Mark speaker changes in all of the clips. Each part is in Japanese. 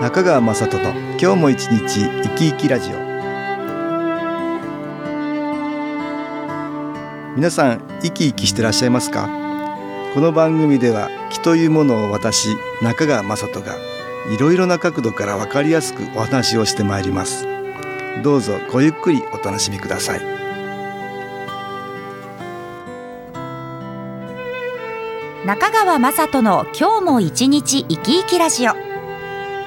Speaker 1: 中川雅人の今日も一日生き生きラジオ皆さん生き生きしてらっしゃいますかこの番組では気というものを私中川雅人がいろいろな角度からわかりやすくお話をしてまいりますどうぞごゆっくりお楽しみください
Speaker 2: 中川雅人の今日も一日生き生きラジオ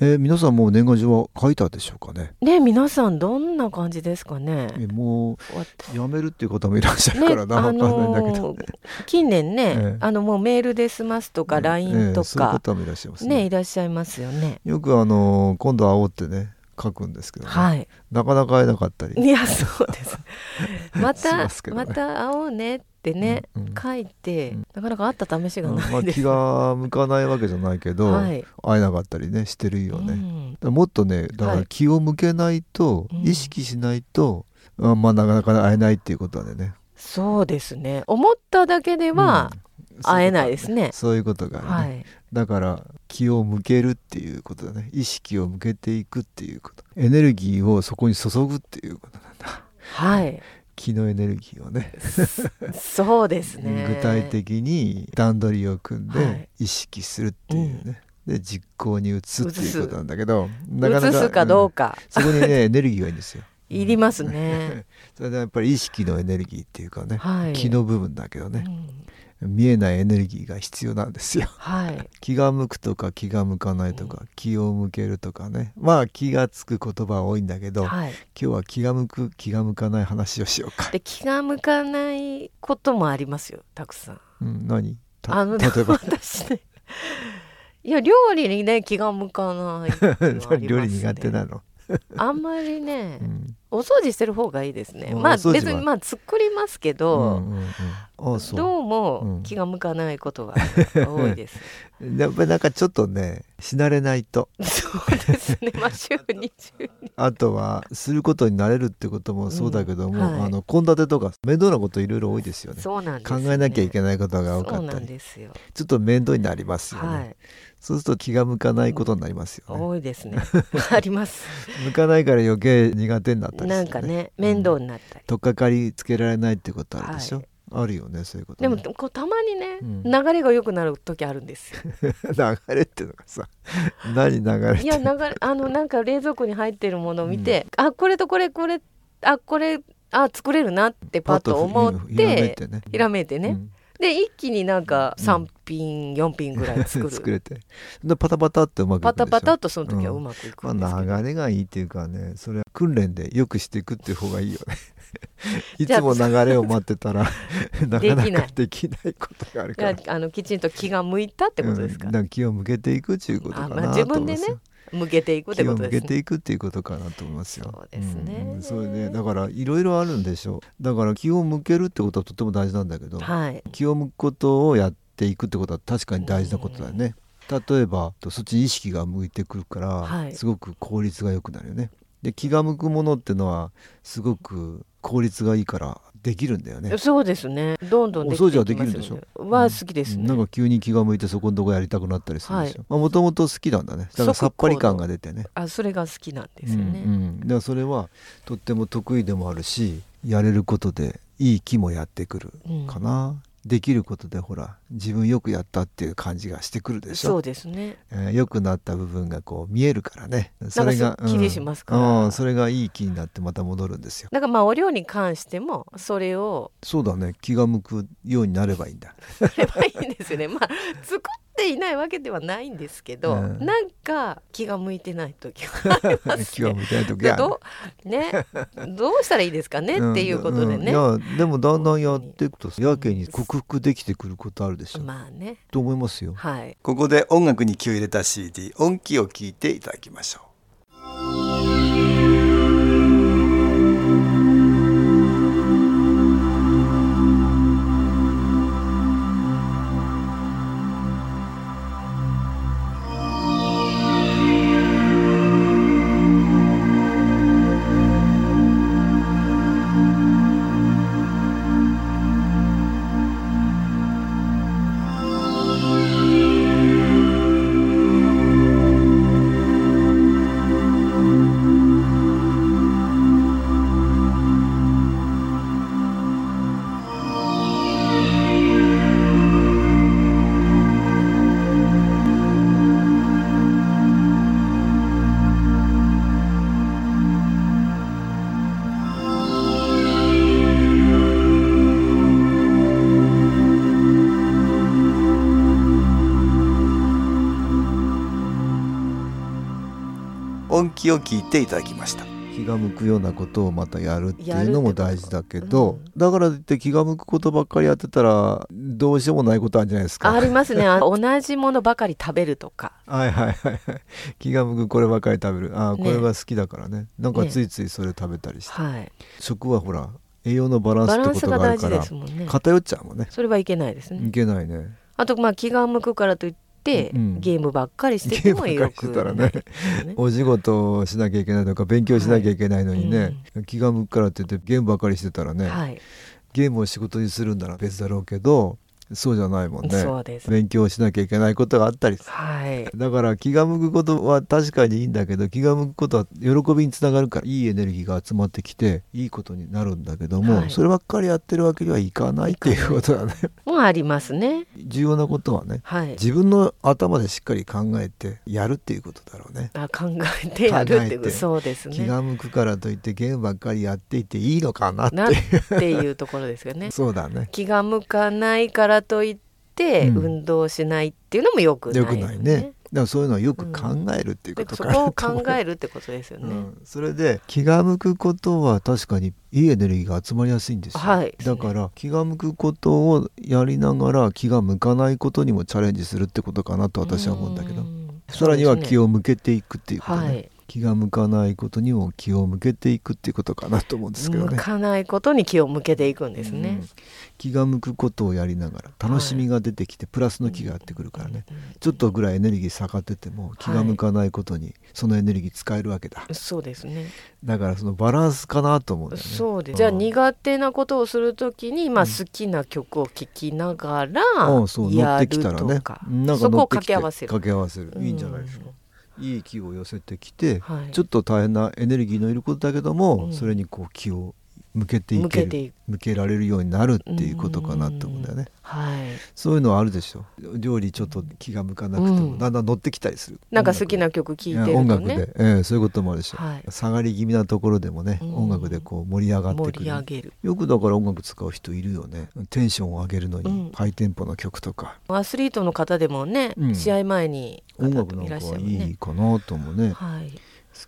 Speaker 1: えー、皆さんもう年賀状は書いたでしょうかね
Speaker 3: ね、皆さんどんな感じですかね。
Speaker 1: えーも
Speaker 3: わ
Speaker 1: うやめるっていう方もいらっしゃる
Speaker 3: ね
Speaker 1: からな、わかんないんだけど、
Speaker 3: あのー近年
Speaker 1: え
Speaker 3: ね、
Speaker 1: え
Speaker 3: あのもうメールで済ますとか、
Speaker 1: え
Speaker 3: LINE
Speaker 1: ー
Speaker 3: と
Speaker 1: そういう
Speaker 3: か、
Speaker 1: 方もいらっしゃいます
Speaker 3: ね
Speaker 1: ね
Speaker 3: いらっしゃいますよね。
Speaker 1: よくあのー今度会おうってね書くんですけどね、
Speaker 3: はい。
Speaker 1: なかなか会えなかったり、
Speaker 3: いやそう です。ま
Speaker 1: し
Speaker 3: た
Speaker 1: ますけどね
Speaker 3: また会おうねってね、
Speaker 1: うんうん
Speaker 3: 書いて、
Speaker 1: うん
Speaker 3: なかなか会った試し
Speaker 1: う
Speaker 3: が
Speaker 1: んま
Speaker 3: な
Speaker 1: あ
Speaker 3: いで
Speaker 1: 気
Speaker 3: す。
Speaker 1: が向かないわけじゃないけど、
Speaker 3: はい。
Speaker 1: 会えなかったりねしてるよね、
Speaker 3: う
Speaker 1: だか
Speaker 3: ん
Speaker 1: らもっとねだか
Speaker 3: は
Speaker 1: ら
Speaker 3: い
Speaker 1: 気を向けないと、
Speaker 3: うん
Speaker 1: 意識しないと、あまあなかなか会えないっていうことでね
Speaker 3: そうですね。思っただけでは
Speaker 1: うん
Speaker 3: 会えないですね。
Speaker 1: そういうことがね、
Speaker 3: はい。
Speaker 1: だから気を向けるっていうことだね意識を向けていくっていうことエネルギーをそこに注ぐっていうことなんだ
Speaker 3: はい。
Speaker 1: 気のエネルギーをね
Speaker 3: そうですね。
Speaker 1: 具体的に段取りを組ん
Speaker 3: は
Speaker 1: で
Speaker 3: い
Speaker 1: 意識するっていうね、で実行に移すっていうことなんだけどな
Speaker 3: 移すかどう
Speaker 1: か、う
Speaker 3: か、
Speaker 1: んそこにね エネルギーがいいんですよ
Speaker 3: いりますね。
Speaker 1: それでやっぱり意識のエネルギーっていうかね、
Speaker 3: はい。
Speaker 1: 気の部分だけど ね
Speaker 3: う、ん
Speaker 1: 見えないエネルギーが必要なんですよ
Speaker 3: はい。
Speaker 1: 気が向くとか気が向かないとか、気を向けるとかねまあ気がつく言葉は多いんだけど、今
Speaker 3: はい。
Speaker 1: 日は気が向く気が向かない話をしようか。
Speaker 3: で気が向かないこともありますよ。たくさん。
Speaker 1: うん、何た
Speaker 3: あの
Speaker 1: 例え ば
Speaker 3: 私ね。いや料理にね気が向かないっていうのはありますね、
Speaker 1: 料理苦手なの。
Speaker 3: あんまりね
Speaker 1: うん
Speaker 3: お掃除してる方がいいですね
Speaker 1: うん
Speaker 3: ま
Speaker 1: お
Speaker 3: あ
Speaker 1: 掃除は
Speaker 3: 別にまあ作りますけ
Speaker 1: う
Speaker 3: ど、
Speaker 1: んうんうんあそう
Speaker 3: どう
Speaker 1: う
Speaker 3: も
Speaker 1: ん
Speaker 3: 気が向かないことが多い です、
Speaker 1: やっぱりなんかちょっとねしなれないと
Speaker 3: そうですねまあ週に週に
Speaker 1: あとはすることに慣れるってこともそうだけども、
Speaker 3: うんはい
Speaker 1: あの献立とか面倒なこといろいろ多いですよね
Speaker 3: そうなんです
Speaker 1: 考
Speaker 3: よね、
Speaker 1: えなきゃいけ
Speaker 3: ない
Speaker 1: ないことが多か
Speaker 3: そう
Speaker 1: っ
Speaker 3: な
Speaker 1: た
Speaker 3: ん
Speaker 1: り
Speaker 3: ですよ
Speaker 1: ちょっと面倒になりますよね、
Speaker 3: はい
Speaker 1: そうすると気が向かないことになりますよね、
Speaker 3: 多いですね あります
Speaker 1: 向かないから余計苦手になったりする、ね、
Speaker 3: なんかね面倒になったり、
Speaker 1: 取っかかりつけられないってことあるでしょ、
Speaker 3: はい
Speaker 1: あるよねそういうこと、
Speaker 3: で
Speaker 1: ね、
Speaker 3: もこうたまにね、
Speaker 1: うん
Speaker 3: 流れが良くなる時あるんです よ
Speaker 1: 流れっていうのがさ何流れって
Speaker 3: い
Speaker 1: いう
Speaker 3: や
Speaker 1: の
Speaker 3: 流れあのなんか冷蔵庫に入ってるものを見て、あこれとこれこれあこれあ作れるなってパッと思っ
Speaker 1: ひらめい
Speaker 3: て
Speaker 1: てね
Speaker 3: ひらめいてね、
Speaker 1: うん
Speaker 3: で一気になんか
Speaker 1: うん
Speaker 3: 3品、4品ぐらい作 る
Speaker 1: 作れてでパタパタってうまくいく
Speaker 3: パ
Speaker 1: でしょ
Speaker 3: タパタっとその時はうまくいくんですけど、
Speaker 1: まあ、流れがいいっていうかねそれは訓練でよくしていくっていう方がいいよねい
Speaker 3: じゃあ
Speaker 1: つも流れを待ってた らなか
Speaker 3: で
Speaker 1: な
Speaker 3: きな
Speaker 1: か
Speaker 3: い
Speaker 1: できないことがある
Speaker 3: い
Speaker 1: から
Speaker 3: やあのきちんと気が向いたってことですか、
Speaker 1: うんだら気を向けていくっていうことかな
Speaker 3: あまあ自
Speaker 1: と思
Speaker 3: 分
Speaker 1: い
Speaker 3: で
Speaker 1: ま
Speaker 3: ね
Speaker 1: すよ
Speaker 3: 向けていくって
Speaker 1: 気
Speaker 3: こ
Speaker 1: を
Speaker 3: と
Speaker 1: 向け
Speaker 3: です
Speaker 1: て
Speaker 3: ね
Speaker 1: いくっていうことかなと思いますよ。
Speaker 3: そうですね
Speaker 1: んそうね。だからいろいろあるんでしょう。だから気を向けるってことはとても大事なんだけど、
Speaker 3: はい
Speaker 1: 気を向くことをやっていくってことは確かに大事なことだよね。例えばそっちに意識が向いてくるから、
Speaker 3: はい
Speaker 1: すごく効率が良くなるよね。で気が向くものってのはすごく効率がいいからできるんだよね。
Speaker 3: そうですねどんどんできてい
Speaker 1: お掃除
Speaker 3: きますよね
Speaker 1: はできるんでし
Speaker 3: は好きですね、
Speaker 1: うんなんか急に気が向いてそこのとこやりたくなったりするんですよ。まあもともと好きなんだね。だからさっぱり感が出てね。
Speaker 3: あそれが好きなんですよね、
Speaker 1: うんうん、だからそれはとっても得意でもあるしやれることでいい気もやってくる
Speaker 3: うん
Speaker 1: かな、できることでほら自分よくやったっていう感じがしてくるでし
Speaker 3: そ
Speaker 1: ょ
Speaker 3: う、ですね
Speaker 1: えー良くなった部分がこう見えるからねそれが
Speaker 3: すっきりしますから
Speaker 1: うんうんそれがいい気になってまた戻るんですよ
Speaker 3: だからまあお料理に関してもそれを
Speaker 1: そうだね気が向くようになればいいんだ
Speaker 3: やればいいんですよねまあ作っていないわけではないんですけど、
Speaker 1: うん
Speaker 3: なんか気が向いてない時はあります
Speaker 1: 気が
Speaker 3: ね
Speaker 1: 向いてない時
Speaker 3: で
Speaker 1: は
Speaker 3: どうね、どうしたらいいですかね、
Speaker 1: ん
Speaker 3: っていうことでね、
Speaker 1: うんいやでもだんだんやっていくとやけに克服できてくることあるでしょ、
Speaker 3: まあね
Speaker 1: と思いますよ
Speaker 3: はい
Speaker 1: ここで音楽に気を入れた CD 音気を聞いていただきましょう
Speaker 4: 音気を聞いていただきました
Speaker 1: 気が向くようなことをまたやるっていうのも大事だけ
Speaker 3: やる
Speaker 1: ど
Speaker 3: ってこ、
Speaker 1: だからといって気が向くことばっかりやってたらどうしようもないことあるんじゃないですか
Speaker 3: ありますねあ同じものばかり食べるとか
Speaker 1: はいはいはいはい気が向くこればかり食べるあー
Speaker 3: ね
Speaker 1: これが好きだからねなんかついついそれ食べたりして、
Speaker 3: はい
Speaker 1: 食はほら栄養のバランス
Speaker 3: バ
Speaker 1: っ
Speaker 3: ラ
Speaker 1: て
Speaker 3: ン
Speaker 1: こ
Speaker 3: ス
Speaker 1: と
Speaker 3: が
Speaker 1: があ
Speaker 3: 大
Speaker 1: るか
Speaker 3: 事で
Speaker 1: ら
Speaker 3: すもんね
Speaker 1: 偏っちゃうもんね
Speaker 3: それはいけないですね
Speaker 1: いけないね
Speaker 3: あとまあ気が向くからといっ
Speaker 1: う
Speaker 3: て、
Speaker 1: ん
Speaker 3: ゲームばっかりしてても
Speaker 1: ゲームば
Speaker 3: よ
Speaker 1: っかり
Speaker 3: く
Speaker 1: してたらね
Speaker 3: ないですよね
Speaker 1: お仕事をしなきゃいけないとか勉強しなきゃいけないのにね、気が向くからって言ってゲームばかりしてたらね、
Speaker 3: はい、
Speaker 1: ゲームを仕事にするんなら別だろうけどそうじゃないもんね
Speaker 3: そうです
Speaker 1: 勉強しなきゃいけないことがあったりす
Speaker 3: はい
Speaker 1: だから気が向くことは確かにいいんだけど気が向くことは喜びにつながるからいいエネルギーが集まってきていいことになるんだけども、
Speaker 3: はい
Speaker 1: そればっかりやってるわけにはいかないっていうことだ ね
Speaker 3: もうありますね
Speaker 1: 重要なことはね
Speaker 3: はい
Speaker 1: 自分の頭でしっかり考えてやるっていうことだろうね
Speaker 3: あ考えてやるっていう
Speaker 1: 考えて
Speaker 3: そうです
Speaker 1: 気
Speaker 3: ね
Speaker 1: が向くからといってゲームばっかりやっていていいのかなって
Speaker 3: なっていうところですよね
Speaker 1: そうだね
Speaker 3: 気が向かないからといって、
Speaker 1: うん
Speaker 3: 運動しないっていうのもよくな
Speaker 1: よ
Speaker 3: いです
Speaker 1: くないねだからそういうのはよく考えるっていうこ
Speaker 3: で
Speaker 1: と
Speaker 3: そ
Speaker 1: か
Speaker 3: こ
Speaker 1: な
Speaker 3: を
Speaker 1: と思う
Speaker 3: 考えるってことですよね、
Speaker 1: うん、それで気が向くことは確かにいいエネルギーが集まりやすいんですよ、
Speaker 3: はい
Speaker 1: だから気が向くことをやりながら気が向かないことにもチャレンジするってことかなと私は思うんだけど
Speaker 3: ん
Speaker 1: さらには気
Speaker 3: を
Speaker 1: を向けていくっていうことね、
Speaker 3: はい
Speaker 1: 気が向かないことにも気を向けていくっていうことかなと思うんですけど
Speaker 3: 向
Speaker 1: ね
Speaker 3: かないことに気を向けていくんですね
Speaker 1: うん、気が向くことをやりながら楽しみが出てきてプラスの気がやってくるからね、ちょっとぐらいエネルギー下がってても気が向かないことにそのエネルギー使えるわけだ、
Speaker 3: そうですね
Speaker 1: だからそのバランスかなと思うんだよね
Speaker 3: そうですじゃあ
Speaker 1: ん
Speaker 3: 苦手なことをするときに、まあ、
Speaker 1: うん
Speaker 3: 好きな曲を聴きながら
Speaker 1: うんそう乗
Speaker 3: や
Speaker 1: って
Speaker 3: る
Speaker 1: きたらね
Speaker 3: とか,、
Speaker 1: なん
Speaker 3: そこ
Speaker 1: 乗
Speaker 3: を
Speaker 1: って
Speaker 3: 掛
Speaker 1: きて
Speaker 3: け合わせる
Speaker 1: 掛け合わせるいいんじゃないですか、いい気を寄せてきて、
Speaker 3: はい
Speaker 1: ちょっと大変なエネルギーのいることだけども、
Speaker 3: うん
Speaker 1: それにこう気を向けてい
Speaker 3: 向
Speaker 1: け
Speaker 3: け
Speaker 1: る
Speaker 3: ていく
Speaker 1: 向けられるようになるっていうことかなと思うんだよね
Speaker 3: はい
Speaker 1: そういうのはあるでしょ料理ちょっと気が向かなくても、
Speaker 3: うん
Speaker 1: だんだん乗ってきたりする
Speaker 3: なんか好き
Speaker 1: 音
Speaker 3: な曲聴いて
Speaker 1: 楽
Speaker 3: る
Speaker 1: で
Speaker 3: と
Speaker 1: 音楽
Speaker 3: ね
Speaker 1: で、ええそういうこともあるでしょ、
Speaker 3: はい
Speaker 1: 下がり気味なところでもね、
Speaker 3: うん
Speaker 1: 音楽でこう盛り上がって
Speaker 3: 盛
Speaker 1: く
Speaker 3: り
Speaker 1: る
Speaker 3: 上げる
Speaker 1: よくだから音楽使う人いるよねテンションを上げるのに、
Speaker 3: うん
Speaker 1: ハイテンポの曲とか
Speaker 3: アスリートの方でもね、
Speaker 1: うん
Speaker 3: 試合前に
Speaker 1: 音楽なん
Speaker 3: いらっ
Speaker 1: か
Speaker 3: しゃ
Speaker 1: は
Speaker 3: るもんね
Speaker 1: いいかなともね好
Speaker 3: はい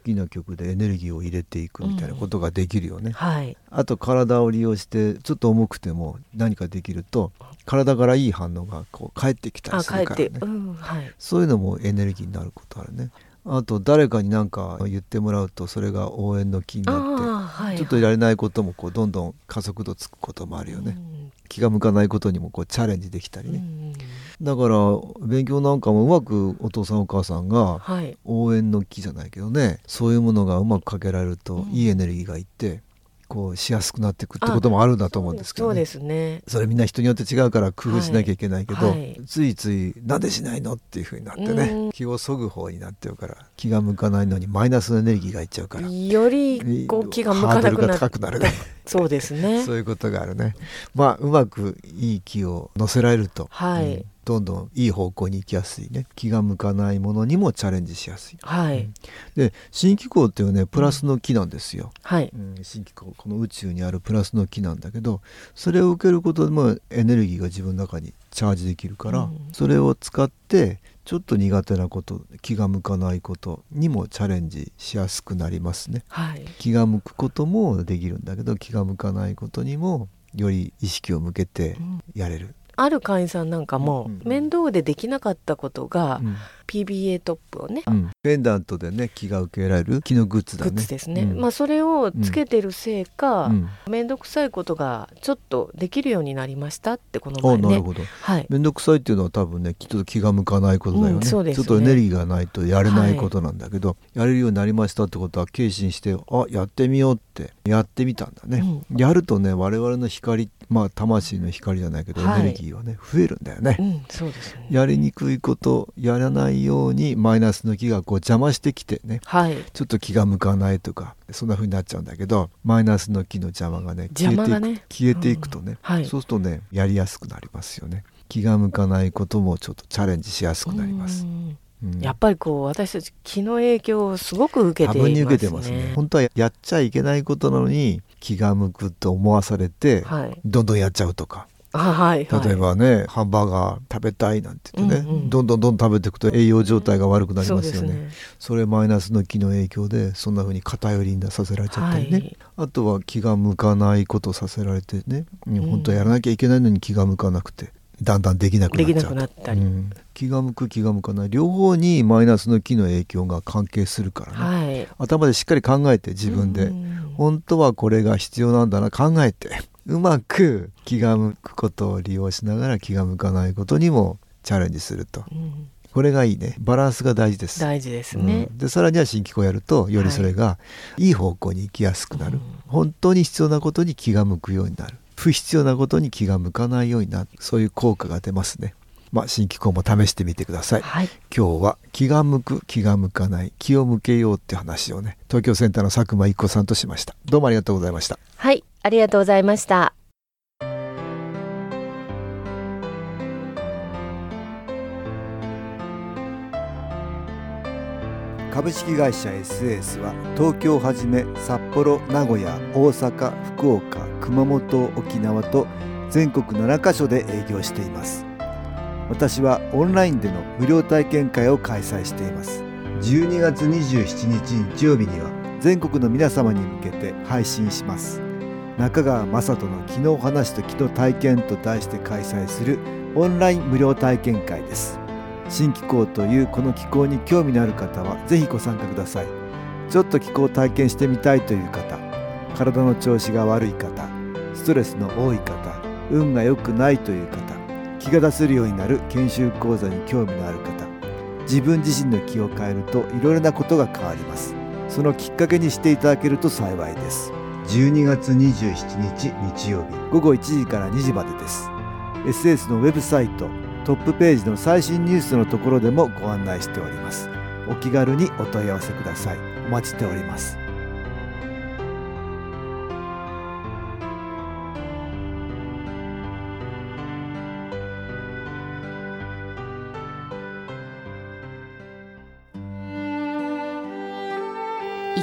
Speaker 1: きな曲でエネルギーを入れていくみたいなことができるよね、
Speaker 3: はい
Speaker 1: あと体を利用してちょっと重くても何かできると体からいい反応がこう返ってきたり
Speaker 3: あ
Speaker 1: す
Speaker 3: 帰
Speaker 1: る
Speaker 3: っ
Speaker 1: から
Speaker 3: て、
Speaker 1: ね
Speaker 3: うんはい
Speaker 1: そういうのもエネルギーになることあるねあと誰かに何か言ってもらうとそれが応援の気に
Speaker 3: あ
Speaker 1: なって
Speaker 3: あはい
Speaker 1: ちょっといられないこともこうどんどん加速度つくこともあるよね、
Speaker 3: うん
Speaker 1: 気が向かないことにもこうチャレンジできたり
Speaker 3: う
Speaker 1: ね、
Speaker 3: ん
Speaker 1: だから勉強なんかもうまくお父さんお母さんが
Speaker 3: はい
Speaker 1: 応援の気じゃないけどねそういうものがうまくかけられると
Speaker 3: うん
Speaker 1: いいエネルギーがいってこうしやすくなっていくってこともあるんだと思うんですけ
Speaker 3: そ
Speaker 1: ど
Speaker 3: う
Speaker 1: ね
Speaker 3: ですね
Speaker 1: それみんな人によって違うから工夫しなきゃいけないけど、
Speaker 3: はいはい
Speaker 1: ついついなんでしないのっていうふうになって
Speaker 3: う
Speaker 1: ね
Speaker 3: ん
Speaker 1: 気をそぐ方になってるから気が向かないのにマイナスのエネルギーがいっちゃうから
Speaker 3: よりこう気が向かなく
Speaker 1: ハ
Speaker 3: な
Speaker 1: ードルが高くなるね
Speaker 3: そうですね
Speaker 1: そういうことがあるねまあうまくいい気を乗せられると、
Speaker 3: はい
Speaker 1: うんどんどんいい方向に行きやすいね気が向かないものにもチャレンジしやすい
Speaker 3: はい
Speaker 1: で新機構っていうねプラスの木なんですよ、
Speaker 3: はい
Speaker 1: うん、新機構この宇宙にあるプラスの木なんだけどそれを受けることでもエネルギーが自分の中にチャージできるから、
Speaker 3: うん
Speaker 1: それを使ってちょっと苦手なこと気が向かないことにもチャレンジしやすくなりますね
Speaker 3: はい
Speaker 1: 気が向くこともできるんだけど気が向かないことにもより意識を向けて
Speaker 3: うん
Speaker 1: やれる、
Speaker 3: ある会員さんなんかも
Speaker 1: うん
Speaker 3: 面倒でできなかったことが
Speaker 1: うん
Speaker 3: PBA トップをね
Speaker 1: うんペンダントでね気が受けられる気のグッズだ
Speaker 3: グ
Speaker 1: ね
Speaker 3: ッズですね、
Speaker 1: うん
Speaker 3: まあそれをつけてるせいか、
Speaker 1: うん
Speaker 3: 面倒くさいことがちょっとできるようになりましたってこの
Speaker 1: あ
Speaker 3: 前
Speaker 1: なる
Speaker 3: ね
Speaker 1: ほど
Speaker 3: はい
Speaker 1: 面倒くさいっていうのは多分ねきっと気が向かないことだよね,、
Speaker 3: うんそうです
Speaker 1: ちょっ
Speaker 3: ね
Speaker 1: とエネルギーがないとやれないことなんだけど、やれるようになりましたってことは決心してあやってみようってやってみたんだね、やるとね我々の光まあ魂の光じゃないけど、
Speaker 3: は
Speaker 1: エ
Speaker 3: い
Speaker 1: ネルギーはね増えるんだよね
Speaker 3: う、んそうですね
Speaker 1: やりにくいことやらないようにマイナスの気がこう邪魔してきてね
Speaker 3: はい
Speaker 1: ちょっと気が向かないとかそんな風になっちゃうんだけどマイナスの気の邪魔がね消えてい
Speaker 3: 邪
Speaker 1: く
Speaker 3: 魔がね
Speaker 1: 消えていくとね、
Speaker 3: はい
Speaker 1: そうするとねやりやすくなりますよね気が向かないこともちょっとチャレンジしやすくなります
Speaker 3: う、ん
Speaker 1: うん
Speaker 3: やっぱりこう私たち気の影響をすごく受け
Speaker 1: 多
Speaker 3: ています
Speaker 1: 分
Speaker 3: ね
Speaker 1: に受けてますね本当はやっちゃいけないことなのに気が向くと思わされて、
Speaker 3: はい
Speaker 1: どんどんやっちゃうとか
Speaker 3: あはいはい
Speaker 1: 例えばね、ハンバーガー食べたいなんて言ってね、
Speaker 3: うんうん
Speaker 1: どんどんどんどん食べていくと栄養状態が悪くなり
Speaker 3: そう
Speaker 1: ま
Speaker 3: ですす
Speaker 1: よねそ
Speaker 3: ね
Speaker 1: れマイナスの気の影響でそんな風に偏りにさせられちゃったりね、
Speaker 3: はい
Speaker 1: あとは気が向かないことさせられてね、本当はやらなきゃいけないのに気が向かなくてだんだんできなくな
Speaker 3: で
Speaker 1: っち
Speaker 3: き
Speaker 1: ゃう
Speaker 3: な
Speaker 1: と
Speaker 3: くなったり、
Speaker 1: うん気が向く気が向かない両方にマイナスの気の影響が関係するからね、
Speaker 3: はい
Speaker 1: 頭でしっかり考えて自分で、
Speaker 3: うん
Speaker 1: 本当はこれが必要なんだな考えてうまく気が向くことを利用しながら気が向かないことにもチャレンジすると
Speaker 3: うん
Speaker 1: これがいいねバランスが大事です
Speaker 3: 大事ですね
Speaker 1: う、んでさらには新機構やるとよりそれがいい方向に行きやすくなる、本当に必要なことに気が向くようになる不必要なことに気が向かないようになるそういう効果が出ますねまあ新機構も試してみてください
Speaker 3: はい
Speaker 1: 今日は気が向く気が向かない気を向けようって話をね東京センターの佐久間一子さんとしましたどうもありがとうございました
Speaker 3: はい、ありがとうございました。
Speaker 4: 株式会社 SS は東京をはじめ札幌名古屋大阪福岡熊本沖縄と全国7カ所で営業しています私はオンラインでの無料体験会を開催しています12月27日日曜日には全国の皆様に向けて配信します中川雅人の「昨日話と昨日体験」と題して開催するオンライン無料体験会です新機構というこの機構に興味のある方はぜひご参加くださいちょっと気候を体験してみたいという方体の調子が悪い方ストレスの多い方運が良くないという方気が出せるようになる研修講座に興味のある方自分自身の気を変えるといろいろなことが変わりますそのきっかけにしていただけると幸いです12月27日日曜日午後1時から2時までです SS のウェブサイトトップページの最新ニュースのところでもご案内しておりますお気軽にお問い合わせくださいお待ちしております
Speaker 2: い